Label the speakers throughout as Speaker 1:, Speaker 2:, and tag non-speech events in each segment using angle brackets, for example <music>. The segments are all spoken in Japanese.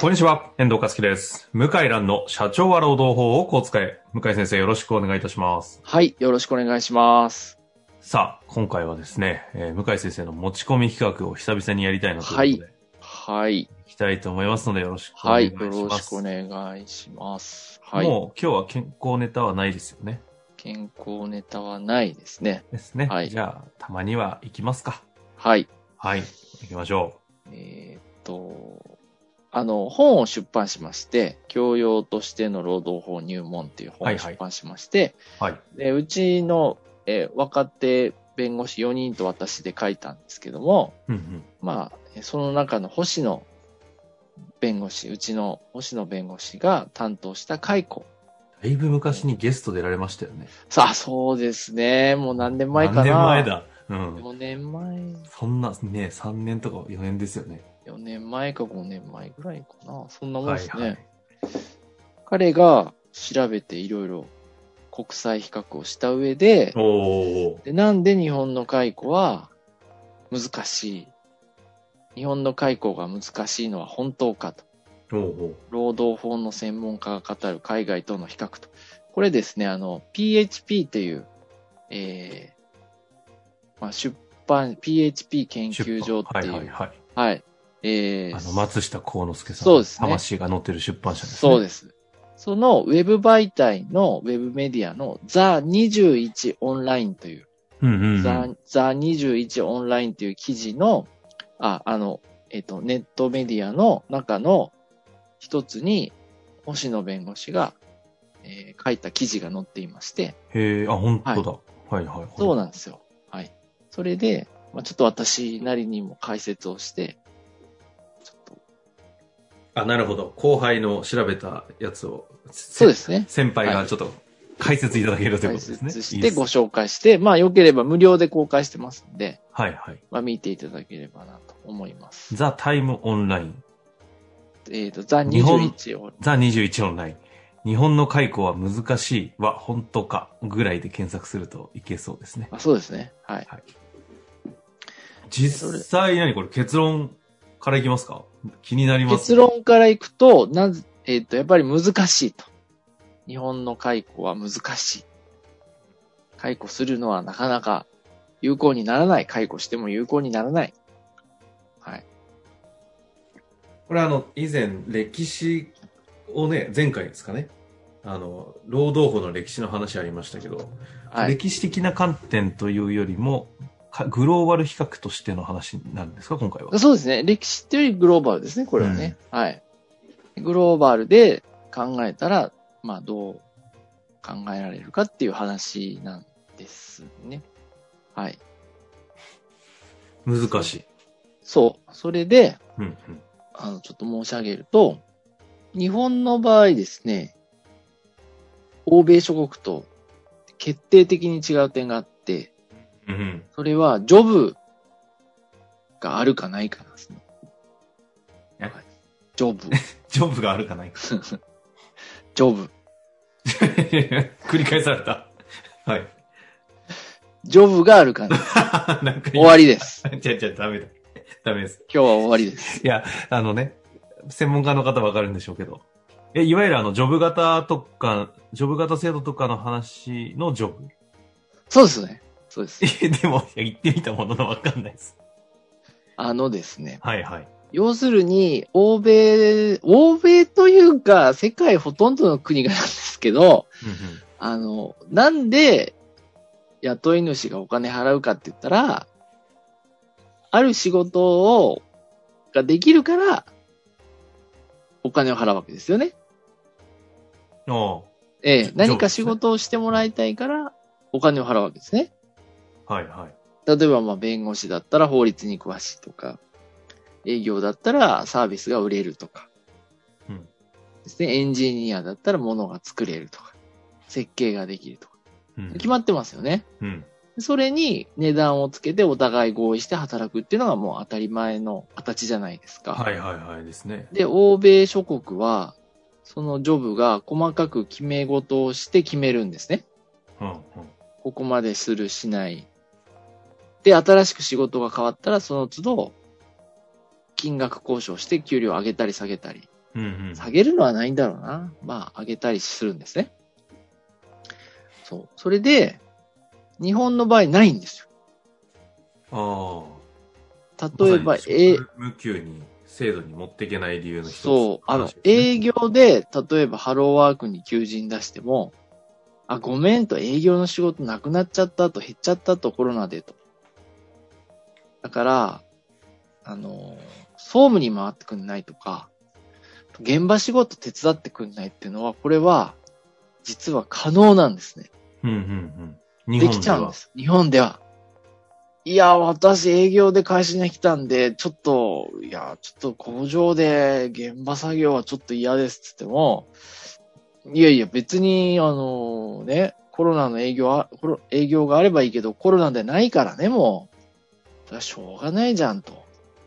Speaker 1: こんにちは、遠藤克樹です。向井蘭の社長は労働法をこう使え。向井先生、よろしくお願いいたします。
Speaker 2: はい、よろしくお願いします。
Speaker 1: さあ、今回はですね、えー向井先生の持ち込み企画を久々にやりたいなということで、
Speaker 2: はい、
Speaker 1: い、きたいと思いますので、よろしくお
Speaker 2: は
Speaker 1: 願い
Speaker 2: い、
Speaker 1: し
Speaker 2: よ
Speaker 1: ます。
Speaker 2: ろしくお願いします。はい、
Speaker 1: もう今日は健康ネタはないですよね。
Speaker 2: 健康ネタはないですね。
Speaker 1: ですね。
Speaker 2: はい
Speaker 1: じゃあ、たまには行きますか。
Speaker 2: はい、
Speaker 1: はい、行きましょ
Speaker 2: えーっと、あの、本を出版しまして、教養としての労働法入門っていう
Speaker 1: は
Speaker 2: 本
Speaker 1: い
Speaker 2: を
Speaker 1: はい
Speaker 2: 出版しまして、
Speaker 1: う。はい。
Speaker 2: でうちの、えー若手弁護士4人と私で書いたんですけども、
Speaker 1: うんうん。
Speaker 2: まあ、えーその中の星野弁護士、うちの星野弁護士が担当した解雇
Speaker 1: だいぶ昔にゲスト出られましたよね。
Speaker 2: さあ、そうですね。もう何年前
Speaker 1: 何
Speaker 2: かな。
Speaker 1: 年前。だ。うん。
Speaker 2: 5年前、
Speaker 1: そんな、ね、3年とか4年ですよね。
Speaker 2: 4年前か5年前ぐらいかな。そんなもん
Speaker 1: は
Speaker 2: で
Speaker 1: い
Speaker 2: すね。
Speaker 1: はい。
Speaker 2: 彼が調べていろいろ国際比較をした上で
Speaker 1: お、ー。
Speaker 2: でなんで日本の解雇は難しい。日本の解雇が難しいのは本当かと。
Speaker 1: おお
Speaker 2: 労働法の専門家が語る海外との比較と。これですね、あの、PHP っていう、えーまあ、出版、PHP 研究所っていう、
Speaker 1: は
Speaker 2: はい
Speaker 1: はいいはい。
Speaker 2: えー
Speaker 1: あの、松下幸之助さん。
Speaker 2: そうですね
Speaker 1: 魂が載ってる出版社ですね。
Speaker 2: そうです。そのウェブ媒体のウェブメディアのザ21オンラインという、
Speaker 1: うんうんうん。
Speaker 2: ザザ21オンラインという記事の、あ、あの、えっ、と、ネットメディアの中の一つに、星野弁護士が、えー書いた記事が載っていまして、
Speaker 1: へえ、あ、本当だ。はい、はい、はい。
Speaker 2: そう
Speaker 1: だ。
Speaker 2: なんですよ。はい。それで、まあ、ちょっと私なりにも解説をして、ちょっと、
Speaker 1: あ、なるほど。後輩の調べたやつを、
Speaker 2: そ
Speaker 1: そう
Speaker 2: です
Speaker 1: <laughs>
Speaker 2: ね。
Speaker 1: 先輩がちょっと解説いただけるという
Speaker 2: 解
Speaker 1: ことですね。
Speaker 2: 説し
Speaker 1: いい
Speaker 2: て
Speaker 1: っす
Speaker 2: ご紹介して、まあ、良ければ無料で公開してますんで、
Speaker 1: はい、はい。
Speaker 2: まあ、見ていただければなと思います。
Speaker 1: ザ・タイム・オンライン。
Speaker 2: えっ、と、ザ
Speaker 1: 日本
Speaker 2: 21を、
Speaker 1: ザ・21オンライン。日本の解雇は難しいは本当かぐらいで検索するといけそうですね。
Speaker 2: あ、そうですね。はい。
Speaker 1: 実際何これ結論からいきますか気になります。
Speaker 2: 結論からいくと、なぜ、えっ、と、やっぱり難しいと。日本の解雇は難しい。解雇するのはなかなか有効にならない。解雇しても有効にならない。はい。
Speaker 1: これあの、以前、歴史をね、前回ですかね。あの、労働法の歴史の話ありましたけど、
Speaker 2: はい。
Speaker 1: 歴史的な観点というよりも、かグローバル比較としての話になるんですか、今回は。
Speaker 2: そうですね。歴史っていうよりグローバルですね、これはね。はい。グローバルで考えたら、まあ、どう考えられるかっていう話なんですね。はい。
Speaker 1: 難しい。
Speaker 2: そう。それで、
Speaker 1: うん、
Speaker 2: あの、ちょっと申し上げると、日本の場合ですね、欧米諸国と決定的に違う点があって、
Speaker 1: うん。うん、
Speaker 2: それはジョブがあるかないかなんですね。
Speaker 1: え
Speaker 2: はいジョブ、
Speaker 1: ジョブがあるかないか。 <laughs>
Speaker 2: ジョブ。
Speaker 1: 繰り返された。はい。 <laughs>
Speaker 2: ジョブがあるかない。
Speaker 1: なんか
Speaker 2: 終わ
Speaker 1: <laughs>
Speaker 2: りです。
Speaker 1: り。じゃじゃダメだ。ダメです。
Speaker 2: 今日は終わりです。
Speaker 1: いや、あのね、専門家の方わかるんでしょうけど。え、いわゆるあの、ジョブ型とか、ジョブ型制度とかの話のジョブ。
Speaker 2: そうですね。そうです。
Speaker 1: え <laughs> でも、いや言ってみたもののわかんないです。
Speaker 2: あのですね。
Speaker 1: はいはい。
Speaker 2: 要するに、欧米、欧米というか、世界ほとんどの国がなんですけど、あの、なんで雇い主がお金払うかって言ったら、ある仕事を、ができるから、お金を払うわけですよね。
Speaker 1: うんうん、お
Speaker 2: え
Speaker 1: ジョ
Speaker 2: え
Speaker 1: ブ、
Speaker 2: 何か仕事をしてもらいたいから、お金を払うわけですね。
Speaker 1: うはいはい。
Speaker 2: 例えば、まあ、弁護士だったら法律に詳しいとか、営業だったらサービスが売れるとか、
Speaker 1: うん
Speaker 2: ですね。エンジニアだったら物が作れるとか、設計ができるとか、
Speaker 1: うん
Speaker 2: 決まってますよね。
Speaker 1: うん。
Speaker 2: それに値段をつけてお互い合意して働くっていうのがもう当たり前の形じゃないですか。
Speaker 1: はいはいはいですね。
Speaker 2: で、欧米諸国は、そのジョブが細かく決め事をして決めるんですね。
Speaker 1: うんうん。
Speaker 2: ここまでする、しない。で、新しく仕事が変わったら、その都度、金額交渉して給料を上げたり下げたり。
Speaker 1: うんうん。
Speaker 2: 下げるのはないんだろうな。まあ、上げたりするんですね。そう。それで、日本の場合ないんです
Speaker 1: あ
Speaker 2: よ。
Speaker 1: あ。
Speaker 2: 例えば、え、
Speaker 1: 無給に、制度に持っていけない理由の一つ。
Speaker 2: そう、あの
Speaker 1: 話、ですね
Speaker 2: 営業で、例えばハローワークに求人出しても、あ、ごめんと営業の仕事なくなっちゃったと、減っちゃったと、コロナでと。だから、あの、総務に回ってくんないとか、現場仕事手伝ってくんないっていうのは、これは、実は可能なんですね。
Speaker 1: うんうんうん。
Speaker 2: できちゃうんです。日本では。いや、私営業で会社に来たんで、ちょっと、いや、ちょっと工場で現場作業はちょっと嫌ですって言っても、いやいや、別に、あのね、コロナの営業は、コロ営業があればいいけど、コロナでないからね、もう。それはしょうがないじゃんと。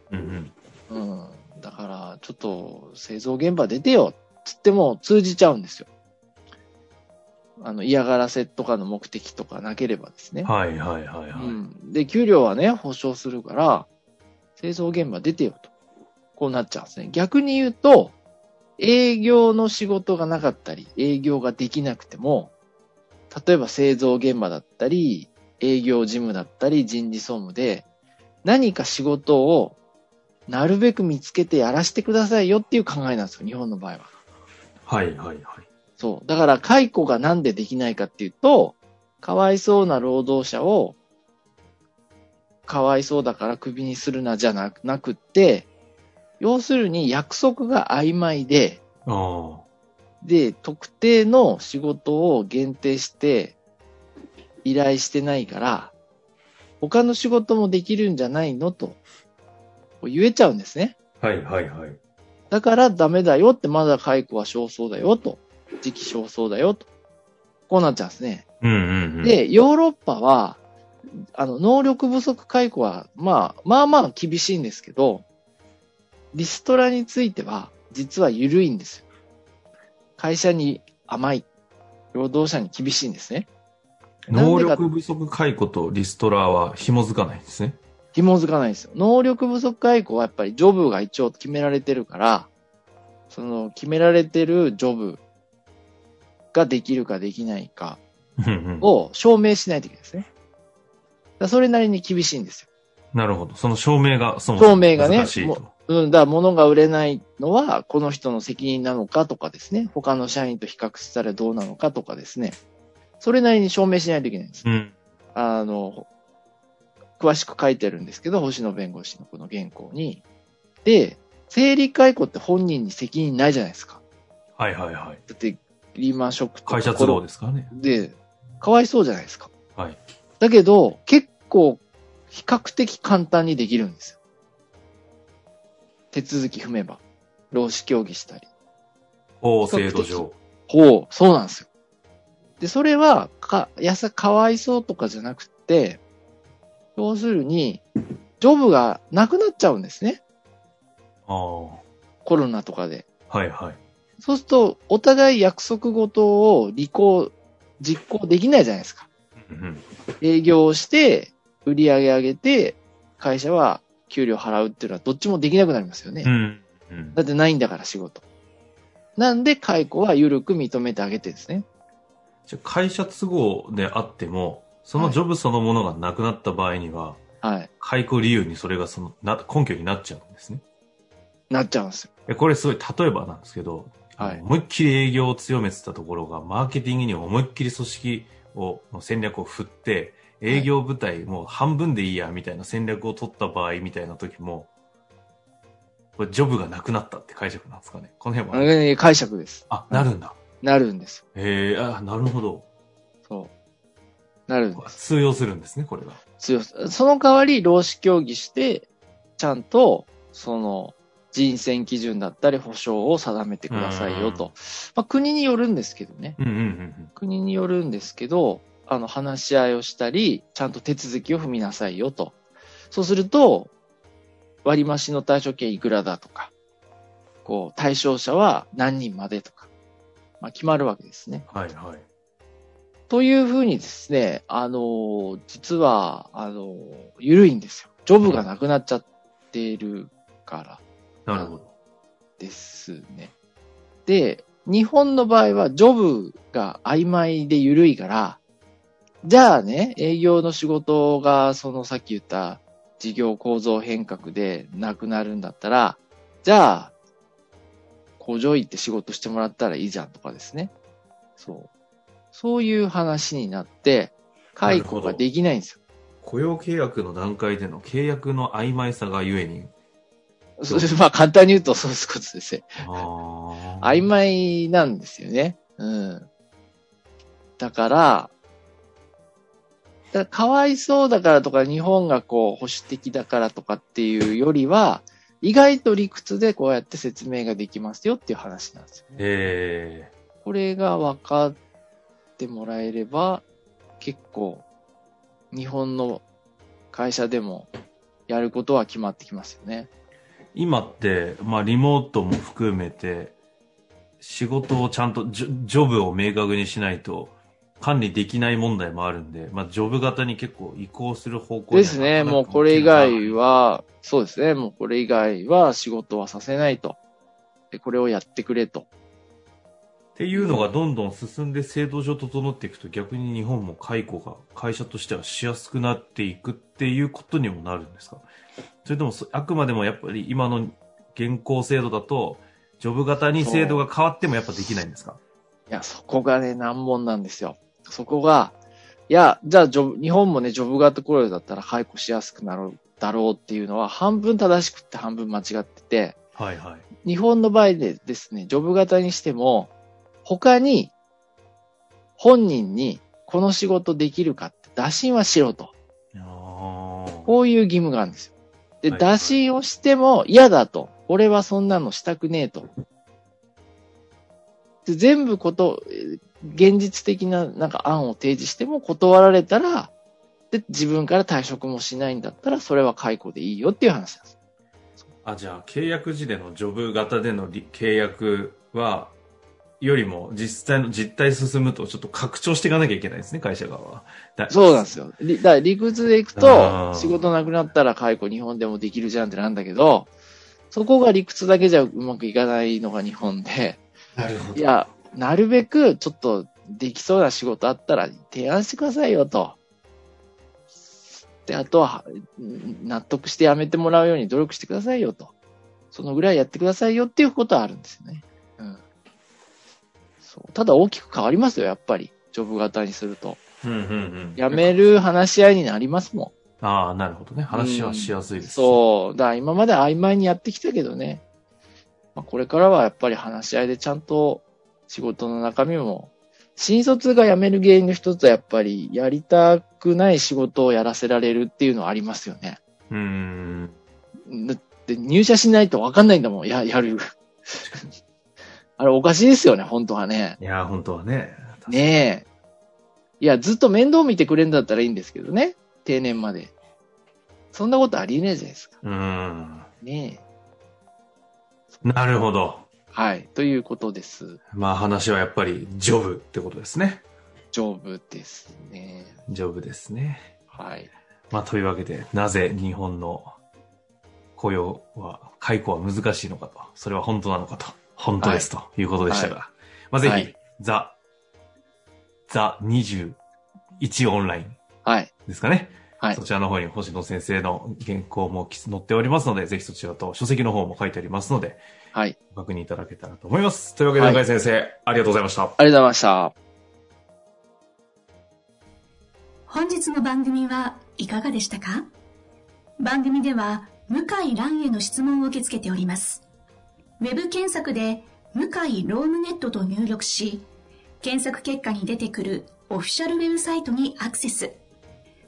Speaker 1: 日本では。うん
Speaker 2: うん。だから、ちょっと製造現場出てよ、つっても通じちゃうんですよ。あの、嫌がらせとかの目的とかなければですね
Speaker 1: うん。。はいはいはいは
Speaker 2: う
Speaker 1: い。
Speaker 2: ん、で、給料はね、保証するから、製造現場出てよと。こうなっちゃうんですね。逆に言うと、営業の仕事がなかったり、営業ができなくても、例えば製造現場だったり、営業事務だったり、人事総務で、何か仕事をなるべく見つけてやらせてくださいよっていう考えなんですよ、日本の場合は。
Speaker 1: はいはいはい。
Speaker 2: そう。だから、解雇がなんでできないかっていうと、かわいそうな労働者を、かわいそうだからクビにするなじゃなくなくって、要するに約束が曖昧で、
Speaker 1: あ
Speaker 2: で、特定の仕事を限定して、依頼してないから、他の仕事もできるんじゃないのと、こう言えちゃうんですね。
Speaker 1: あ。はいはいはい。
Speaker 2: だからダメだよって、まだ解雇は少々だよと。時期少々だよと。こうなっちゃうんですね。
Speaker 1: うんうんうん。、
Speaker 2: で、ヨーロッパは、あの、能力不足解雇は、まあ、まあまあ厳しいんですけど、リストラについては、実は緩いんですよ。会社に甘い。労働者に厳しいんですね。
Speaker 1: 能力不足解雇とリストラは紐づかないんですね。
Speaker 2: 紐づかないんですよ。能力不足解雇はやっぱりジョブが一応決められてるから、その決められてるジョブができるかできないか
Speaker 1: うんうん。
Speaker 2: を証明しないといけないですね。だからそれなりに厳しいんですよ。
Speaker 1: なるほど。その証明がそもそも
Speaker 2: 証明がね
Speaker 1: 難しいと。
Speaker 2: うん、だから物が売れないのはこの人の責任なのかとかですね。他の社員と比較したらどうなのかとかですね。それなりに証明しないといけないんです。
Speaker 1: うん。
Speaker 2: あの、詳しく書いてるんですけど、星野弁護士のこの原稿に。で、生理解雇って本人に責任ないじゃないですか。
Speaker 1: はいはいはい。
Speaker 2: だって、リーマンショックとか
Speaker 1: 会社都合ですからね。
Speaker 2: で、かわいそうじゃないですか。
Speaker 1: はい。
Speaker 2: だけど、結構、比較的簡単にできるんですよ。手続き踏めば。労使協議したり。
Speaker 1: 法制度上。
Speaker 2: ほう、そうなんですよ。で、それは、か、やさ、かわいそうとかじゃなくって、要するに、ジョブがなくなっちゃうんですね。
Speaker 1: ああ。は
Speaker 2: コロナとかで。
Speaker 1: いはい。
Speaker 2: そうすると、お互い約束事を履行、実行できないじゃないですか。
Speaker 1: うん
Speaker 2: 営業をして、売り上げ上げて、会社は給料払うっていうのはどっちもできなくなりますよね。
Speaker 1: うん。うんうん
Speaker 2: だってないんだから仕事。なんで解雇は緩く認めてあげてですね。
Speaker 1: じゃあ会社都合であっても、そのジョブそのものがなくなった場合には、
Speaker 2: はい。
Speaker 1: 解雇理由にそれがそのな根拠になっちゃうんですね。
Speaker 2: なっちゃうんですよ
Speaker 1: えこれすごい例えばなんですけど、
Speaker 2: はい
Speaker 1: 思いっきり営業を強めてたところが、マーケティングに思いっきり組織を、の戦略を振って、営業部隊もう半分でいいや、みたいな戦略を取った場合みたいな時も、これジョブがなくなったって解釈なんですかね。この
Speaker 2: あ
Speaker 1: 辺は。
Speaker 2: の解釈です。
Speaker 1: あ、なるんだ。
Speaker 2: なるんです。
Speaker 1: へえあ、なるほど。
Speaker 2: そう。なるんです。
Speaker 1: 通用するんですね、これが。
Speaker 2: 強さ。その代わり、労使協議して、ちゃんと、その、人選基準だったり、保障を定めてくださいよ
Speaker 1: うん
Speaker 2: と。まあ、国によるんですけどね。
Speaker 1: うんうんうん
Speaker 2: 国によるんですけど、あの、話し合いをしたり、ちゃんと手続きを踏みなさいよと。そうすると、割増の対象権いくらだとか、こう、対象者は何人までとか、まあ、決まるわけですね。
Speaker 1: うん。はいはい。
Speaker 2: というふうにですね、あのー、実は、あのー、緩いんですよ。ジョブがなくなっちゃってるから
Speaker 1: なるほど。
Speaker 2: ですね。で、日本の場合はジョブが曖昧で緩いから、じゃあね、営業の仕事が、そのさっき言った事業構造変革でなくなるんだったら、じゃあ、工場行って仕事してもらったらいいじゃんとかですね。そう。そういう話になって、解雇ができないんですよ。
Speaker 1: 雇用契約の段階での契約の曖昧さがゆえに。
Speaker 2: そう <laughs> まあ簡単に言うとそういうことですね。
Speaker 1: ああ。
Speaker 2: 曖昧なんですよね。うん。だから、だかわいそうだからとか、日本がこう保守的だからとかっていうよりは、意外と理屈でこうやって説明ができますよっていう話なんですよね。
Speaker 1: え
Speaker 2: これが分かってもらえれば、結構、日本の会社でもやることは決まってきますよね。
Speaker 1: え今って、まあ、リモートも含めて、仕事をちゃんとジョ、ジョブを明確にしないと管理できない問題もあるんで、まあ、ジョブ型に結構移行する方向には
Speaker 2: ですね。もうこれ以外。は、そうですね。もうこれ以外は仕事はさせないと。で、これをやってくれと。
Speaker 1: っていうのがどんどん進んで制度上整っていくと逆に日本も解雇が会社としてはしやすくなっていくっていうことにもなるんですかそれともそあくまでもやっぱり今の現行制度だとジョブ型に制度が変わってもやっぱできないんですか
Speaker 2: いや、そこがね、難問なんですよ。そこが、いや、じゃあジョブ、日本もね、ジョブ型雇用だったら解雇しやすくなるだろうっていうのは、半分正しくって半分間違ってて、
Speaker 1: はいはい。
Speaker 2: 日本の場合でですね、ジョブ型にしても、他に、本人に、この仕事できるかって打診はしろと。
Speaker 1: あー
Speaker 2: こういう義務があるんですよ。で、
Speaker 1: はい
Speaker 2: 打診をしても嫌だと。俺はそんなのしたくねえと。で全部こと、えー現実的ななんか案を提示しても断られたら、で、自分から退職もしないんだったら、それは解雇でいいよっていう話なんです。
Speaker 1: あ、じゃあ契約時でのジョブ型でのり契約はよりも実際の実態進むとちょっと拡張していかなきゃいけないですね、会社側は。だ
Speaker 2: そうなんですよ。りだから理屈でいくと
Speaker 1: あ、ー
Speaker 2: 仕事なくなったら解雇日本でもできるじゃんってなんだけど、そこが理屈だけじゃうまくいかないのが日本で、
Speaker 1: なるほ
Speaker 2: いや、なるべくちょっとできそうな仕事あったら提案してくださいよと。で、あとは、うん納得してやめてもらうように努力してくださいよと。そのぐらいやってくださいよっていうことはあるんですよね。うん。そう。ただ大きく変わりますよ、やっぱり。ジョブ型にすると。
Speaker 1: うんうんうん。
Speaker 2: 辞める話し合いになりますも
Speaker 1: ああ、なるほどね。話はしやすい
Speaker 2: ん。
Speaker 1: です。
Speaker 2: そう。だから今まで曖昧にやってきたけどね。まあ、これからはやっぱり話し合いでちゃんと仕事の中身も、新卒が辞める原因の一つはやっぱりやりたくない仕事をやらせられるっていうのはありますよね。
Speaker 1: うーん。
Speaker 2: だって入社しないとわかんないんだもん、や、やる。 <laughs> あれおかしいですよね、本当はね。
Speaker 1: いやー、本当はね。
Speaker 2: ねえ。いや、ずっと面倒見てくれるんだったらいいんですけどね。定年まで。そんなことありえないじゃないですか。
Speaker 1: うーん。
Speaker 2: ね
Speaker 1: なるほど。
Speaker 2: え。はい。ということです。
Speaker 1: まあ話はやっぱり、ジョブってことですね。
Speaker 2: 丈夫ですね。
Speaker 1: ジョブですね。
Speaker 2: はい。
Speaker 1: まあというわけで、なぜ日本の雇用は、解雇は難しいのかと。それは本当なのかと。本当です、ということでしたが。まあぜひ、
Speaker 2: はい
Speaker 1: ザ、ザ21オンライン
Speaker 2: はい。
Speaker 1: ですかね。
Speaker 2: はい
Speaker 1: そ。ちらの方に星野先生の原稿も載っておりますので、ぜひそちらと書籍の方も書いてありますので、
Speaker 2: はい。
Speaker 1: ご確認いただけたらと思います。というわけで、
Speaker 2: はい
Speaker 1: 中井先生、ありがとうございました。
Speaker 2: ありがとうございました。
Speaker 3: 本日の番組はいかがでしたか番組では向井蘭への質問を受け付けております。ウェブ検索で向井ロームネットと入力し、検索結果に出てくる
Speaker 4: オフィシャルウェブサイトにアクセス。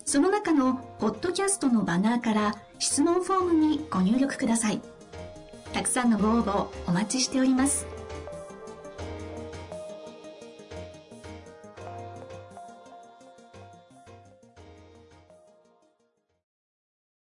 Speaker 4: その中のポッドキャストのバナーから質問フォームにご入力ください。たくさんのご応募お待ちしております。